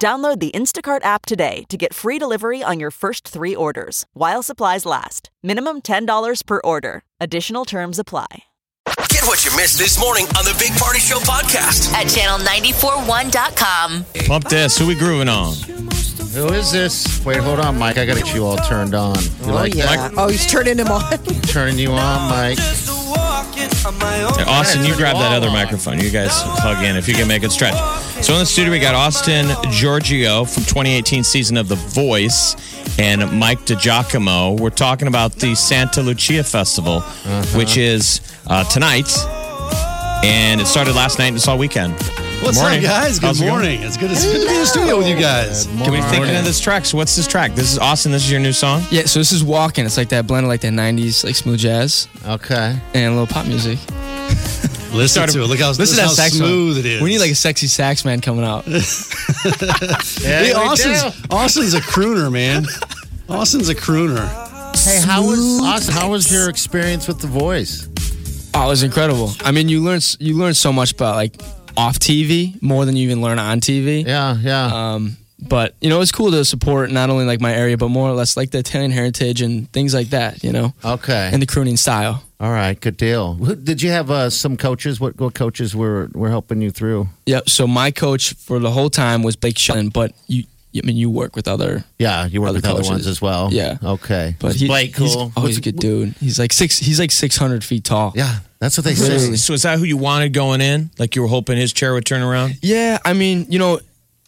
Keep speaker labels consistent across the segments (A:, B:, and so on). A: Download the Instacart app today to get free delivery on your first three orders while supplies last. Minimum $10 per order. Additional terms apply.
B: Get what you missed this morning on the Big Party Show podcast.
C: at channel941.com.
D: Pump this. Who we grooving on?
E: Who is this? Wait, hold on, Mike. I got to get you all turned on. You like
F: yeah.
E: that?
F: Oh, he's turning him on.
E: Turning you on, Mike.
B: Oh,
D: There, Austin, you grab that other microphone. You guys plug in if you can make it stretch. So in the studio, we got Austin Giorgio from 2018 season of The Voice and Mike DiGiacomo. We're talking about the Santa Lucia Festival, which is uh, tonight. And it started last night and it's all weekend.
G: What's
D: Morning.
G: up, guys? Good
D: How's it going?
G: morning. It's good to, it's good to be in the studio with you guys.
D: Can we think
E: Morning.
D: of this track? So what's this track? This is Austin. This is your new song?
H: Yeah, so this is walking. It's like that blend of like that '90s like smooth jazz
E: Okay.
H: and a little pop music.
G: Listen
D: Started-
G: to it. Look how,
H: Listen to
G: how
H: that sax.
G: smooth it is.
H: We need like a sexy sax man coming out. Oh,
E: Yeah,
G: Hey,
E: we
G: Austin's,
E: do.
G: Austin's a crooner, man. Austin's a crooner.
E: Hey, how was Austin, how was your experience with The Voice?
H: Oh, it was incredible. I mean, you learn s- you learn so much about like off TV more than you even learn on TV.
E: Yeah, yeah.
H: Um, but you know, it's cool to support not only like my area, but more or less like the Italian heritage and things like that. You know,
E: okay.
H: Uh, and the crooning style.
E: all right. Good deal. Who, did you have uh, some coaches? What what coaches were were helping you through?
H: Yep. So my coach for the whole time was Blake Shelton, but you, I mean, you work with other
E: Yeah, you worked
H: Other
E: with other
H: coaches.
E: ones as well.
H: Yeah.
E: Okay.
H: But
E: Was
H: he,
E: Blake
H: he's-
E: cool.
H: oh,
E: Was-
H: he's a good dude. He's like six. He's like six hundred feet tall.
E: Yeah, that's what they say.
H: Really?
D: So is that who you wanted going in? Like you were hoping his chair would turn around?
H: Yeah, I mean, you know,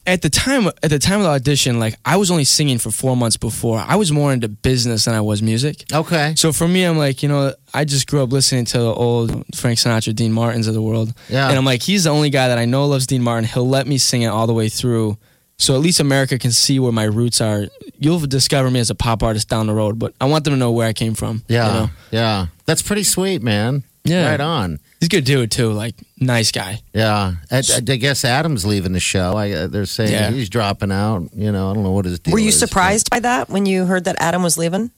H: at the time at the time of the audition, like I was only singing for four months before. I was more into business than I was music.
E: Okay.
H: So for me, I'm like, you know, I just grew up listening to the old Frank Sinatra, Dean Martins of the world.
E: Yeah.
H: And I'm like, he's the only guy that I know loves Dean Martin. He'll let me sing it all the way through. So at least America can see where my roots are. You'll discover me as a pop artist down the road, but I want them to know where I came from. you
E: Yeah.
H: know?
E: Yeah. That's pretty sweet, man.
H: Yeah.
E: Right on.
H: He's a good dude too, like nice guy.
E: Yeah, I, I guess Adam's leaving the show. I, uh, they're saying
H: Yeah.
E: he's dropping out. You know, I don't know what his deal.
F: Were you
E: is, but-
F: surprised by that when you heard that Adam was leaving?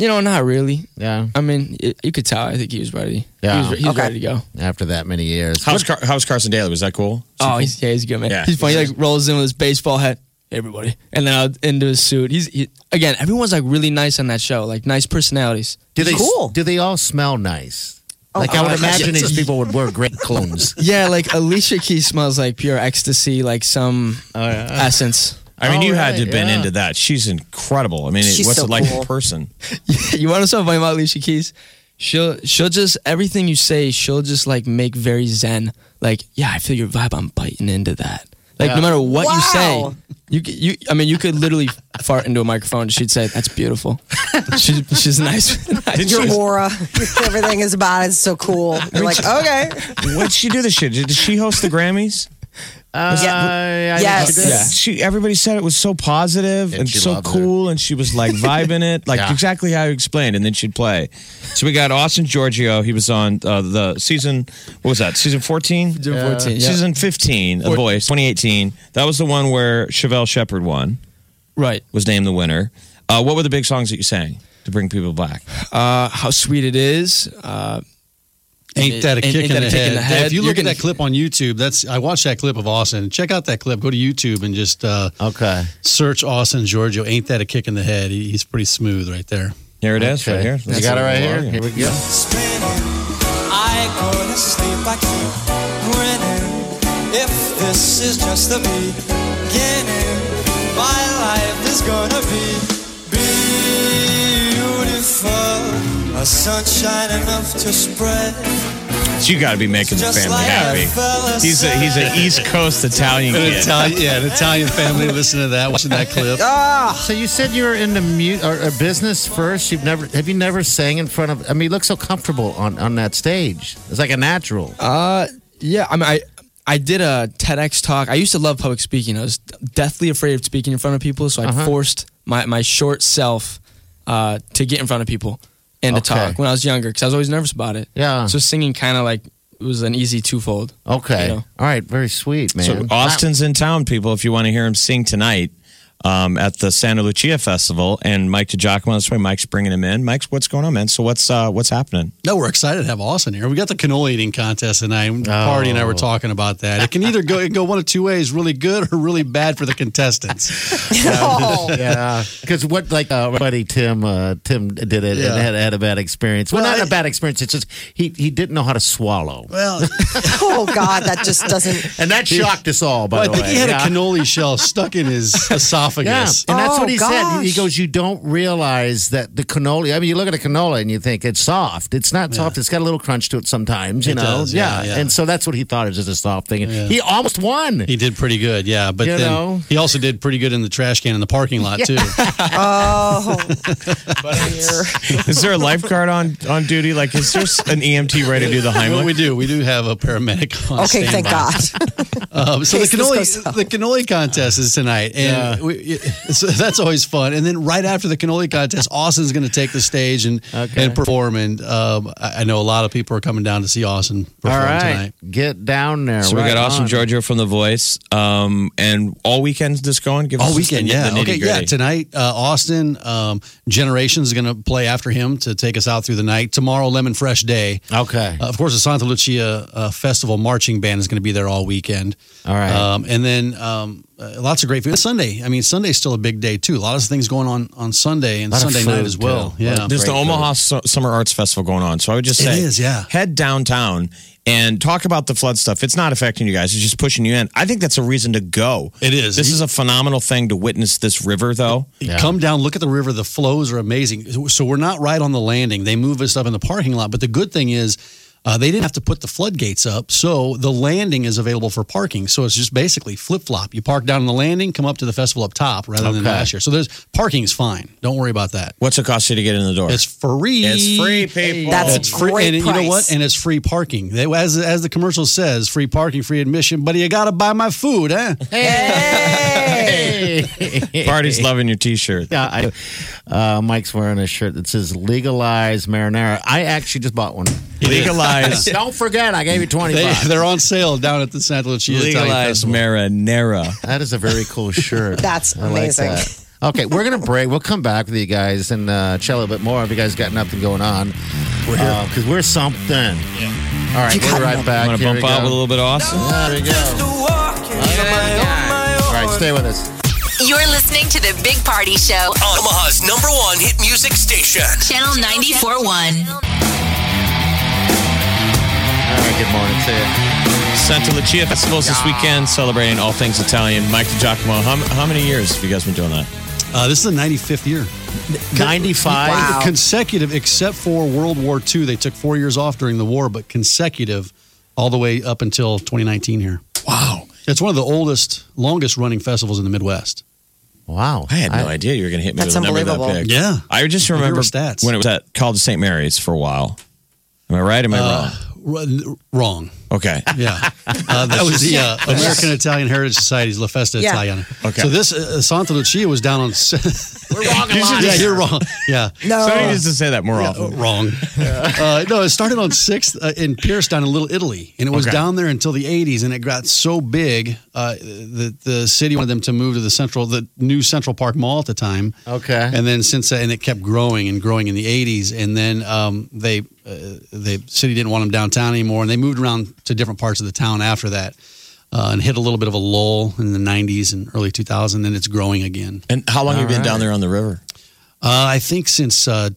H: You know, not really.
E: Yeah,
H: I mean, it, you could tell. I think he was ready.
E: Yeah.
H: He was, he was
F: Okay.
H: ready to go.
E: after that many years.
D: How's, Car- how's Carson Daly? Was that cool?
H: Oh, he's, yeah, he's a good man.
D: Yeah.
H: He's funny. He like rolls in with his baseball hat. Hey, everybody, and then out into his suit. He's he, again. Everyone's like really nice on that show. Like nice personalities.
E: do they
F: Cool. Oh,
E: do they all smell nice? Like I would imagine these people would wear great clones.
H: Yeah, like Alicia Keys smells like pure ecstasy, like some essence.
D: I mean,
E: Oh,
D: you had to
E: right,
D: have been
E: yeah.
D: into that. She's incredible. I mean, it-
F: She's
D: what's
F: so
D: it like
F: cool.
D: in person?
H: you want to know something about Alicia Keys? She'll she'll just everything you say. She'll just like make very zen. Like yeah, I feel your vibe. I'm biting into that. Like no matter what you
F: Wow.
H: say, you c- you I mean you could literally fart into a microphone. She'd say that's beautiful. she's she's nice. nice.
F: Your aura, everything is about it. It's so cool. You're like, okay.
D: What'd she do this shit? Did she host the Grammys?
E: Uh, I-
F: Yes.
H: Yeah.
D: She everybody said it was so positive and,
E: And she
D: so
E: loved her.
D: cool and she was like vibing it, like
E: Yeah.
D: exactly how you explained, and then she'd play. So we got Austin Giorgio, he was on uh, the season what was that? Season fourteen?
H: June 14, yeah.
D: Season fifteen, The
H: Four-
D: Voice, twenty eighteen. That was the one where Chevelle Shepherd won,
H: Right.
D: was named the winner. Uh, what were the big songs that you sang to bring people back?
H: Uh, how sweet it is. Uh,
G: Ain't that a
H: Ain't-
G: kick,
H: ain't
G: in,
H: that
G: the
H: a kick
G: head.
H: in the
G: Yeah,
H: head?
G: if you
H: You're
G: look at
H: gonna-
G: that clip on YouTube, that's I watched that clip of Austin. Check out that clip. Go to YouTube and just uh,
E: Okay.
G: search Austin Giorgio. Ain't that a kick in the head? He, he's pretty smooth right there.
D: Here it is,
E: okay.
D: right here.
E: You got it right here. Here we go.
I: I go to sleep, I keep grinning. If this is just the beginning, my life is gonna be beautiful. A sunshine enough to spread.
D: You got to be making the
I: Just
D: family
I: like
D: happy.
I: a fella
D: He's a, he's an East Coast Italian
G: An
D: kid.
G: Italian, yeah, an Italian family. Listen to that. Watching that clip.
E: So you said you were into mu- or, or business first. You've never have you never sang in front of? I mean, you look so comfortable on on that stage. It's like a natural.
H: Uh, yeah. I mean, I I did a TEDx talk. I used to love public speaking. I was deathly afraid of speaking in front of people, so I
E: Uh-huh.
H: forced my, my short self uh, to get in front of people and to
E: Okay.
H: talk when I was younger because I was always nervous about it.
E: Yeah.
H: So singing kind of like it was an easy twofold.
E: Okay.
H: You
E: All
H: know.
E: right. Very sweet, man.
D: So Austin's in town, people. If you want to hear him sing tonight um, at the Santa Lucia Festival, and Mike DiGiacomo this way, Mike's bringing him in. Mike's, what's going on, man? So what's uh, what's happening?
G: No, we're excited to have Austin here. We got the canola eating contest tonight. Party
E: Oh.
G: and I were talking about that. It can either go it can go one of two ways: really good or really bad for the contestants.
F: Oh,
E: yeah, because what like uh, my buddy Tim uh, Tim did it
G: Yeah.
E: and had, had a bad experience. Well,
G: Well,
E: not a
G: I-
E: bad experience. It's just he he didn't know how to swallow,
G: Well,
F: oh God, that just doesn't.
E: and that shocked us all. By
G: I
E: the
G: think
E: way,
G: he had
E: yeah.
G: a cannoli shell stuck in his
E: Yeah,
G: esophagus.
E: and that's
F: Oh,
E: what he said. He
F: gosh.
E: goes, "You don't realize that the cannoli. I mean, you look at a cannoli and you think it's soft. It's not soft. It's got a little crunch to it sometimes. You
G: It
E: know,
G: does, yeah, yeah.
E: And so that's what he thought it was just a soft thing. And He almost won.
G: He did pretty good, yeah. But
E: You
G: then
E: know?
G: he also did pretty good in the trash can in the parking lot too.
F: Oh,
D: Is there a lifeguard on on duty? Like, is there an EMT ready to do the
G: What we
D: Heimlich?
G: do, we do have a paramedic on
F: okay. Thank
G: standby.
F: God.
G: Um, so the
F: Case this goes
G: cannoli,
F: south.
G: the cannoli contest is tonight, and we, it- so that's always fun. And then right after the cannoli contest, Austin's going to take the stage and and perform. And um, I I know a lot of people are coming down to see Austin
E: All
G: perform
E: right,
G: tonight.
E: get down there.
D: So we
E: Right
D: got Austin
E: on.
D: Giorgio from The Voice, um, and all weekend's this going. Give us
G: All
D: just
G: weekend,
D: the,
G: yeah.
D: The
G: okay, yeah.
D: nitty-gritty.
G: Tonight, uh, Austin um, Generations is going to play after him to take us out through the night. Tomorrow, Lemon Fresh Day.
E: Okay.
G: Uh, of course, the Santa Lucia uh, Festival marching band is going to be there all weekend.
E: All right.
G: Um, and then um, uh, lots of great food. Sunday, I mean, Sunday's still a big day too. A lot of things going on on Sunday and
E: Lot of
G: Sunday
E: food,
G: night as well.
E: too.
G: Yeah.
D: There's the
E: Great
D: Omaha Su- Summer Arts Festival going on. So I would just
G: It
D: say,
G: is, yeah.
D: head downtown and talk about the flood stuff. It's not affecting you guys, it's just pushing you in. I think that's a reason to go.
G: It is.
D: This is a phenomenal thing to witness this river, though.
G: Come down, look at the river. The flows are amazing. So we're not right on the landing. They move us up in the parking lot. But the good thing is, uh, they didn't have to put the floodgates up, so the landing is available for parking. So it's just basically flip flop. You park down on the landing, come up to the festival up top, rather than
E: Okay.
G: last year. So there's parking's fine. Don't worry about that.
D: What's it cost you to get in the door?
G: It's free.
D: It's free, people.
F: That's
G: It's free,
F: Great
G: and you know
F: price.
G: what? And it's free parking. They- As as the commercial says, free parking, free admission. But you gotta buy my food, eh?
D: Party's loving your t shirt.
E: Yeah, I, uh, Mike's wearing a shirt that says "Legalize Marinara." I actually just bought one.
D: Legalize.
E: Don't forget, I gave you twenty
G: They,
E: bucks.
G: they're on sale down at the Santa Lucia Italian
D: Legalize
G: Festival.
D: marinara.
E: That is a very cool shirt.
F: That's
E: I like
F: amazing.
E: that. Okay, we're gonna break. We'll come back with you guys and uh, chat a little bit more if you guys got nothing going on. We're here because we're something. All right,
F: You
E: we're
F: got
E: right
F: nothing.
E: back.
D: I'm going to
E: Here we
D: bump out
E: go.
D: with a little bit of Austin.
E: There we
I: Just
E: go.
I: walking
E: All
I: on my
E: right,
I: own.
E: stay with us.
C: You're listening to the Big Party Show,
B: Omaha's number one hit music station.
C: Channel 94.1.
E: All right, good morning to you.
D: Santa Lucia Festival's this weekend, celebrating all things Italian. Mike DiGiacomo, how, how many years have you guys been doing that?
G: Uh, this is the 95th year.
E: Ninety-five.
G: Consecutive, except for World War II. They took four years off during the war, but consecutive all the way up until 2019 here. Wow. It's one of the oldest, longest running festivals in the Midwest.
E: Wow,
D: I had no idea you were going to hit me
F: That's
D: with a number that
F: unbelievable.
D: big.
G: Yeah.
D: I just
G: were
D: remember
G: stats.
D: when it was at College St. Mary's for a while. Am I right? Am I
G: R- wrong.
D: wrong? Okay.
G: Yeah. Uh, that was the uh, American Italian Heritage Society's La Festa
F: Yeah.
G: Italiana.
D: Okay.
G: So this uh, Santa Lucia was down on.
E: We're wrong.
G: You should- yeah, you're wrong. Yeah.
F: No.
D: Somebody needs to say that more
G: Uh,
D: often.
G: wrong. Uh, no, it started on 6th uh, in Pierce down in Little Italy. And it was down there until the 80s. And it got so big uh, that the city wanted them to move to the central, the new Central Park Mall at the time.
E: Okay.
G: And then since then, and it kept growing and growing in the 80s. And then um, they, uh, the city didn't want them downtown anymore. And they moved around to different parts of the town after that. Uh, and hit a little bit of a lull in the 90s and early 2000, and it's growing again.
D: And how long have you been down there on the river?
G: Uh, I think since uh,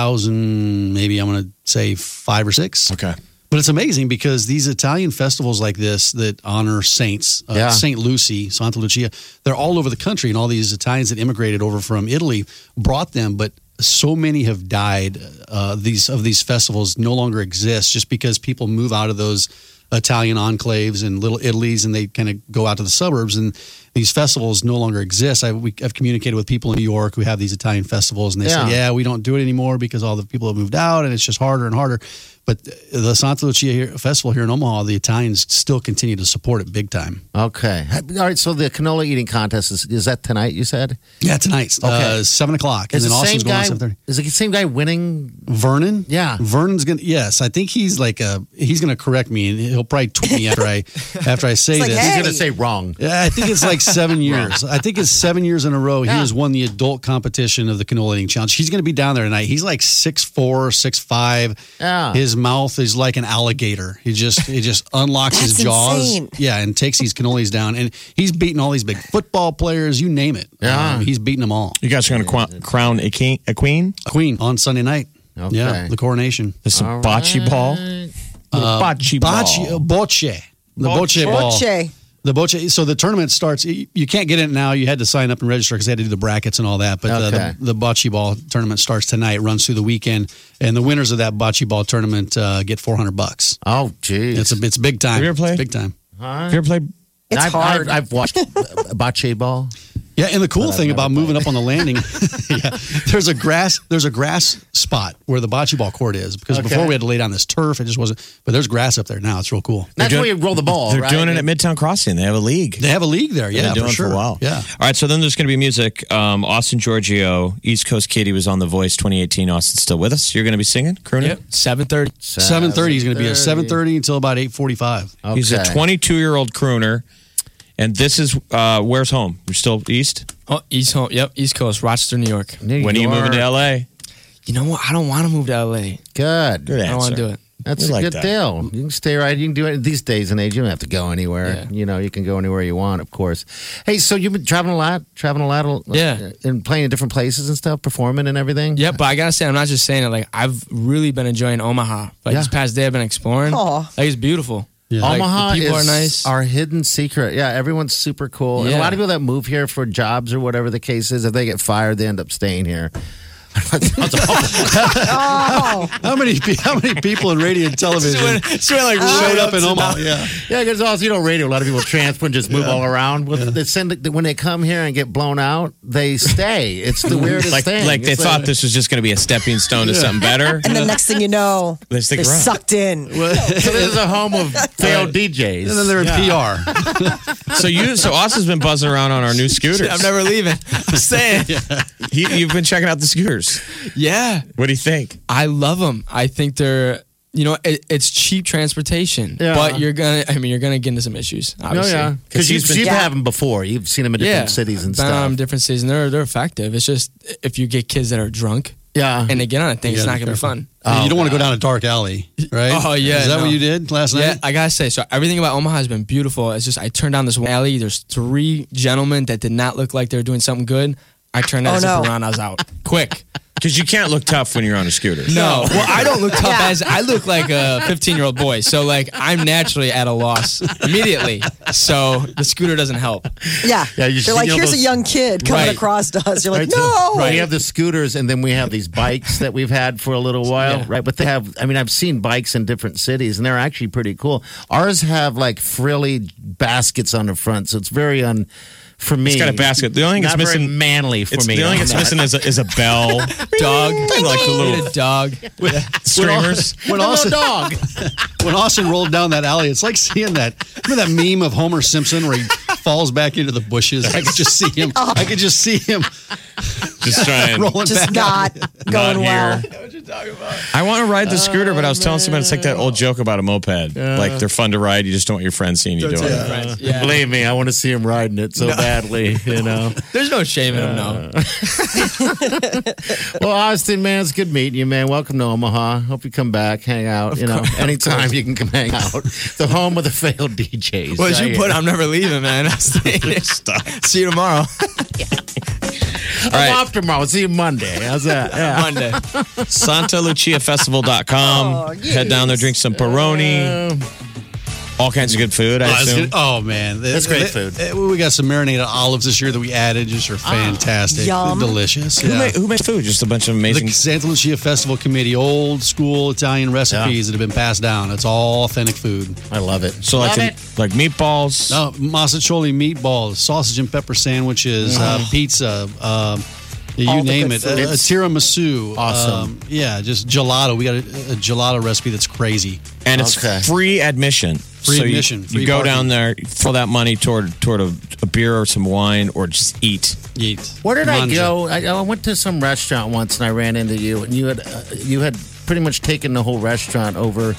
G: 2000, maybe I'm going to say five or six.
D: Okay.
G: But it's amazing because these Italian festivals like this that honor saints, uh,
E: Yeah.
G: Saint Lucy, Santa Lucia, they're all over the country, and all these Italians that immigrated over from Italy brought them, but so many have died. Uh, these of these festivals no longer exist just because people move out of those Italian enclaves and little Italies, and they kind of go out to the suburbs, and these festivals no longer exist. I, we, I've communicated with people in New York who have these Italian festivals, and they
E: Yeah.
G: say, "Yeah, we don't do it anymore because all the people have moved out, and it's just harder and harder." But the Santa Lucia here, festival here in Omaha, the Italians still continue to support it big time.
E: Okay. All right. So the canola eating contest is, is that tonight? You said
G: Yeah, tonight's
E: Okay.
G: uh, seven o'clock,
E: is
G: and then
E: the same
G: Austin's going
E: guy?
G: on seven thirty.
E: Is it the same guy winning?
G: Vernon?
E: Yeah.
G: Vernon's gonna yes, I think he's like uh he's gonna correct me and he'll probably tweet me after I after I say
F: like,
G: this.
F: hey.
E: He's gonna say wrong.
G: Yeah, I think it's like seven years. I think it's seven years in a row. He has won the adult competition of the canola eating challenge. He's going to be down there tonight. He's like six four, six five.
E: Yeah.
G: His mouth is like an alligator. He just he just unlocks his
F: That's
G: jaws.
F: insane.
G: Yeah, and takes these cannolis down. And he's beating all these big football players. You name it.
E: Yeah.
G: Um, he's beating them all.
D: You guys are going to qu- crown a, king, a queen?
G: Queen on Sunday night.
E: Okay.
G: Yeah, the coronation.
D: There's some bocce ball. Little bocce ball.
G: Bocce, boche. The boche, ball.
F: Boche.
G: The boche. So the tournament starts. You you can't get it now. You had to sign up and register because they had to do the brackets and all that. But uh,
E: Okay.
G: the, the bocce ball tournament starts tonight, runs through the weekend, and the winners of that bocce ball tournament uh, get four hundred bucks.
E: Oh, geez.
G: It's a it's big
D: Have
G: time.
D: you ever
G: It's
D: played?
G: big time.
D: Have you ever played?
F: It's
E: I've,
F: hard.
E: I've, I've watched bocce ball.
G: Yeah, and the cool thing about moving up on the landing, yeah, there's a grass there's a grass spot where the bocce ball court is because
E: Okay.
G: before we had to lay down this turf, it just wasn't. But there's grass up there now. It's real cool.
E: That's
D: doing-
E: where you roll the ball.
D: They're
E: right?
D: doing it at Midtown Crossing. They have a league.
G: They have a league there.
D: They've been
G: Yeah,
D: doing
G: for
D: it
G: sure.
D: for a while.
G: Yeah.
D: All right. So then there's going to be music. Um, Austin Giorgio, East Coast Kid. He was on The Voice 2018. Austin's still with us. You're going to be singing, crooning.
H: Yep. Seven thirty.
E: uh,
G: Seven thirty is going to be at seven thirty until about eight forty-five.
D: He's a
E: Okay.
D: 22 year old crooner, and this is uh, where's home? You're still east.
H: Oh, East home. Yep, East Coast, Rochester, New York.
E: New
D: when are you moving to
E: York.
D: L.A.?
H: You know what? I don't want to move to LA.
E: Good.
D: Good
H: I don't want
D: answer.
H: to do it.
E: That's
D: We
E: a
D: like
E: good
D: that.
E: deal. You can stay right. You can do it these days and age. You don't have to go anywhere.
H: Yeah.
E: You know, you can go anywhere you want, of course. Hey, so you've been traveling a lot, traveling a lot,
H: Yeah.
E: and playing in different places and stuff, performing and everything.
H: Yeah, but I gotta say, I'm not just saying it. Like I've really been enjoying Omaha. Like this
E: Yeah.
H: past day, I've been exploring.
F: Aw.
H: Like it's beautiful. Like, the
E: Omaha
H: people
E: is
H: are nice.
E: our hidden secret. Yeah, everyone's super cool. And a
H: Yeah.
E: lot of people that move here for jobs or whatever the case is, if they get fired, they end up staying here.
G: How many pe- how many people in radio and television
D: like
G: showed up in Omaha? Yeah,
E: Yeah, because also you know radio. A lot of people transfer and just move all around. With, they send when they come here and get blown out, they stay. It's the weirdest
D: like,
E: thing.
D: like they
E: It's
D: thought this was just going to be a stepping stone to something better.
F: And the next thing you know,
D: They stick
F: are
D: around.
F: sucked in.
E: So this is a home of failed DJs.
G: and then they're in PR.
D: so you, so Austin's been buzzing around on our new scooters.
H: I'm never leaving. I'm saying.
D: He, you've been checking out the scooters.
H: yeah,
D: What do you think?
H: I love them. I think they're. You know, it, it's cheap transportation,
E: Yeah.
H: but you're gonna. I mean, you're gonna get into some issues.
E: Oh
H: Obviously.
E: yeah, because
D: he's
E: you've,
D: been-
E: you've had them before. You've seen them in different cities and
H: I've been on
E: stuff.
H: um, different cities, and they're they're effective. It's just if you get kids that are drunk
E: Uh-huh. yeah,
H: and they get on a thing, it's
G: Yeah,
H: not
G: be
H: gonna be
G: careful.
H: fun.
G: you don't want to go down a dark alley, right?
H: Oh, yeah,
G: is that
H: no.
G: what you did last night?
H: Yeah, I gotta say, so everything about Omaha has been beautiful. It's just I turned down this one alley. There's three gentlemen that did not look like they were doing something good. I turned that
F: Oh,
H: zip
F: no.
H: around. I was out quick.
D: Because you can't look tough when you're on a scooter.
H: No, well, I don't look tough as I look like a 15 year old boy. So like I'm naturally at a loss immediately. So the scooter doesn't help.
F: Yeah.
E: Yeah,
F: They're
E: you see
F: like,
E: all
F: here's
E: those-
F: a young kid coming
H: Right.
F: across to us. You're like,
E: so-
F: no.
E: We have the scooters, and then we have these bikes that we've had for a little while,
H: Yeah.
E: right? But they have. I mean, I've seen bikes in different cities, and they're actually pretty cool. Ours have like frilly baskets on the front, so it's very un. For me,
D: It's got a basket. The only thing
E: not
D: it's
E: very
D: missing-
E: manly for
D: It's,
E: me.
D: the only thing it's missing is a, is a bell,
H: Dog,
D: I like the little-
H: Get a dog.
D: streamers.
G: When Austin,
E: dog.
G: when Austin rolled down that alley, it's like seeing that. Remember that meme of Homer Simpson where he falls back into the bushes? I could just see him. I could just see him
D: Just trying.
G: rolling
F: Just
G: back.
F: not going well.
D: I want to ride the scooter, but I was telling someone it's like that old joke about a moped. Like they're fun to ride. You just don't want your friends seeing you doing it.
H: Uh, Yeah.
E: Believe me, I want to see him riding it so badly. You know.
H: There's no shame in him, no.
E: Well, Austin, man, it's good meeting you, man. Welcome to Omaha. Hope you come back, hang out. you know, anytime you can come hang out. The home of the failed DJs.
H: Well, as
E: right
H: you put, I'm never leaving, man. I'm staying here. See you tomorrow,
E: here. I'm off tomorrow. See you Monday. How's that? Yeah.
H: Monday.
D: SantaLuciaFestival.com.
F: Oh,
E: Um,
D: Head down there, drink some Peroni. All kinds of good food, I
G: Oh, that's
D: assume.
G: good. Oh, man,
E: That's great food.
G: Eh, We got some marinated olives this year that we added, just are fantastic,
F: Yum.
G: delicious.
D: Who,
G: Yeah.
D: made, who made food? Just a bunch of amazing.
G: The Santa Lucia Festival Committee, old school Italian recipes that have been passed down. It's all authentic food.
E: I love it.
D: so like
E: Love
D: the-
E: it.
D: like meatballs.
G: Uh, massacholi meatballs, sausage and pepper sandwiches, uh, pizza. Um, you
E: All the
G: name
E: good
G: it. A, a
E: foods.
G: tiramisu.
E: Awesome.
G: Um, yeah, just gelato. We got a, a gelato recipe that's crazy.
D: and it's
E: Okay.
D: free admission.
G: Free
D: so you-
G: admission,
D: You,
G: free
D: go
G: parking.
D: down there for that money toward toward a, a beer or some wine or just eat.
G: Yeet.
E: Where did I
G: Mangia.
E: go? I, I went to some restaurant once, and I ran into you, and you had uh, you had pretty much taken the whole restaurant over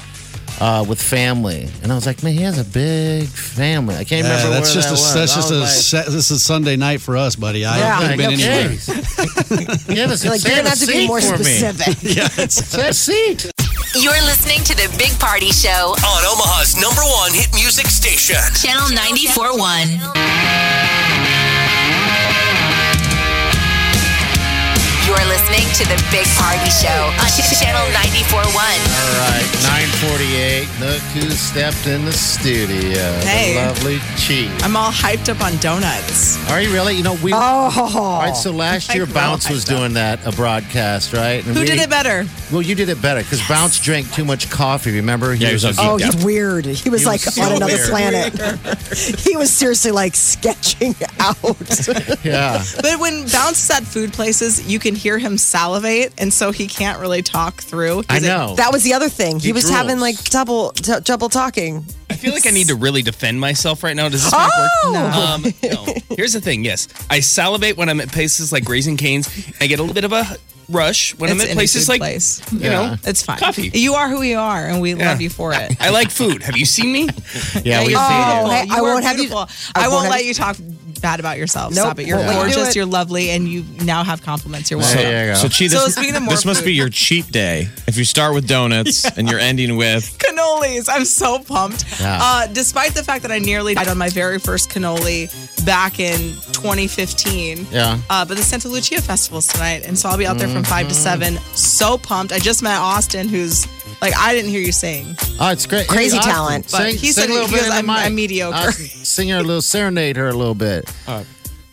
E: uh, with family, and I was like, man, he has a big family. I can't
G: Yeah,
E: remember
G: that's
E: where
G: just
E: that
G: a
E: was.
G: that's
E: I
G: just a
E: was like,
G: sa- this is Sunday night for us, buddy. I
F: Yeah,
G: could have
E: like,
G: been anywhere.
E: okay. yeah, this,
F: Like, you're gonna have to be more
E: for me.
F: specific.
G: Yeah, it's-
E: Say a seat.
C: You're listening to the Big Party Show,
B: On Omaha's number one hit music station.
C: Channel 94.1. You're listening to the Big Party Show on Channel 94.1.
E: All right, 948. Look who stepped in the studio.
J: Hey.
E: The lovely Chi.
J: I'm all hyped up on donuts.
E: Are you really? You know, we. All right,
F: Oh,
E: so last year
J: Like,
E: Bounce
J: well,
E: was
J: I-
E: doing that, a broadcast, right? And
J: Who
E: we-
J: did it better?
E: Well, you did it better because Bounce drank too much coffee. Remember?
D: Yeah, he was on-
F: oh,
D: Yeah.
F: he's weird. He was
E: He
F: like
E: was
F: on
E: so
F: another
E: weird.
F: planet. he was seriously like sketching out.
E: yeah.
J: But when Bounce is at food places, you can hear him salivate, and so he can't really talk through.
E: I
J: He's a-
E: know.
F: that was the other thing. He,
E: He
F: was having
E: drools.
F: like double t- double talking.
K: I feel like I need to really defend myself right now. Does this mic
F: Oh!
K: work? Um, no. Here's the thing. Yes, I salivate when I'm at places like Raising Canes. I get a little bit of a rush when
J: it's
K: I'm
J: in
K: at
J: a
K: places
J: food
K: like
J: place.
K: you know.
J: It's fine.
K: Coffee.
J: You are who you are, and we love you for it.
K: I like food. Have you seen me?
D: Yeah, we
J: you're
F: Oh,
J: beautiful.
F: hey,
J: You
F: I
J: are
F: won't have you-
J: beautiful.
F: I
J: I
F: won't
J: won't
F: have
J: let
F: you-
J: you talk bad about yourself.
F: Nope,
J: Stop it. You're
F: won't let you do
J: gorgeous.
F: it.
J: You're lovely, and you now have compliments. You're
E: There
J: welcome.
E: you go.
D: So Chi,
J: So
D: this,
J: speaking of more
D: this must
J: food-
D: be your cheat day. If you start with donuts and you're ending with
J: cannolis. I'm so pumped.
E: Yeah.
J: Uh, despite the fact that I nearly died on my very first cannoli back in 2015.
E: Yeah.
J: Uh, but the Santa Lucia Festival's tonight, and so I'll be out there from five to seven. So pumped! I just met Austin, who's like I didn't hear you sing.
E: Oh, it's great.
F: Crazy
E: Austin,
F: talent.
J: But
E: Sing,
J: he
E: sing
J: said
E: a little
J: he
E: bit
J: goes,
E: in the
J: "I'm-
E: mic.
J: I'm mediocre."
E: Austin, sing her a little, serenade her a little bit.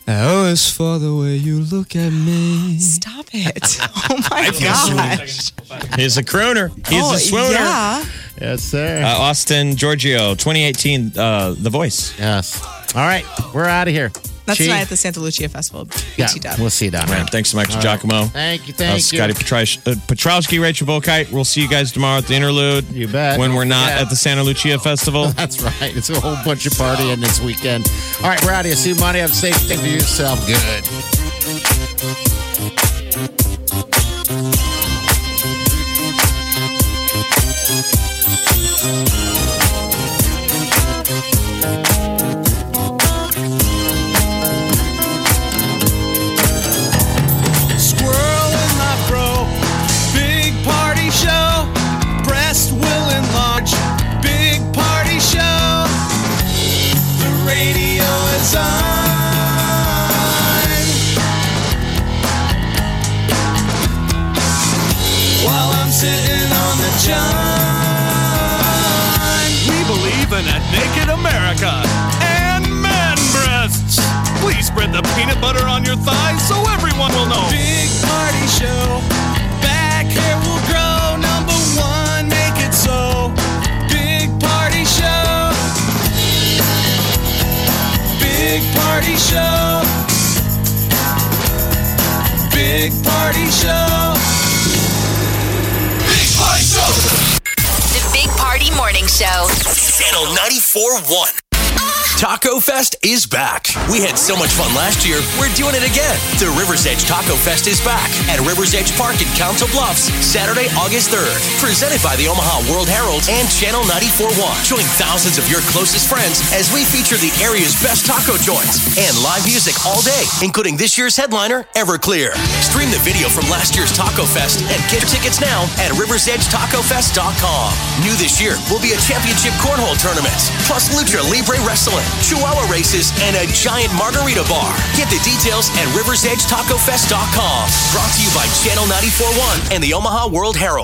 H: Oh, it's for the way you look at me.
J: Stop it! Oh my gosh!
D: he's a crooner, he's
J: Oh,
D: a swooner.
J: yeah.
E: Yes, sir.
D: Uh, Austin Giorgio, 2018, uh, The Voice.
E: yes. All right, we're out of here.
J: That's
E: Chi,
J: tonight at the Santa Lucia Festival.
E: Yeah,
J: BT-Dub.
E: we'll see you down there.
D: Man, thanks so much, Giacomo.
E: Thank you,
D: Uh,
E: thank you.
D: Scotty Petrash- uh, Petrowski, Rachel Bolkite. We'll see you guys tomorrow at the interlude.
E: You bet.
D: When we're not
E: Yeah.
D: at the Santa Lucia Festival.
E: That's right. It's a whole bunch of partying this weekend. All right, we're out of here. See you Monday. Have a safe day for yourself. Good.
I: Squirrel in my fro. Big party show. Breast will enlarge. Big party show. The radio is on. While I'm sitting on the john.
K: We believe in a naked America and man breasts. Please spread the peanut butter on your thighs so everyone will know.
I: Big party show. Back hair will grow. Number one, make it so. Big party show. Big party show. Big party show. Big party show.
C: The Big Party Morning Show.
B: Channel 94.1. Taco Fest is back. We had so much fun last year, we're doing it again. The Rivers Edge Taco Fest is back at Rivers Edge Park in Council Bluffs, Saturday, August 3rd. Presented by the Omaha World Herald and Channel 94.1. Join thousands of your closest friends as we feature the area's best taco joints and live music all day, including this year's headliner, Everclear. Stream the video from last year's Taco Fest and get your tickets now at riversedgetacofest.com. New this year will be a championship cornhole tournament, plus lucha libre wrestling, chihuahua races, and a giant margarita bar. Get the details at riversedgetacofest.com. Brought to you by Channel 94.1 and the Omaha World Herald.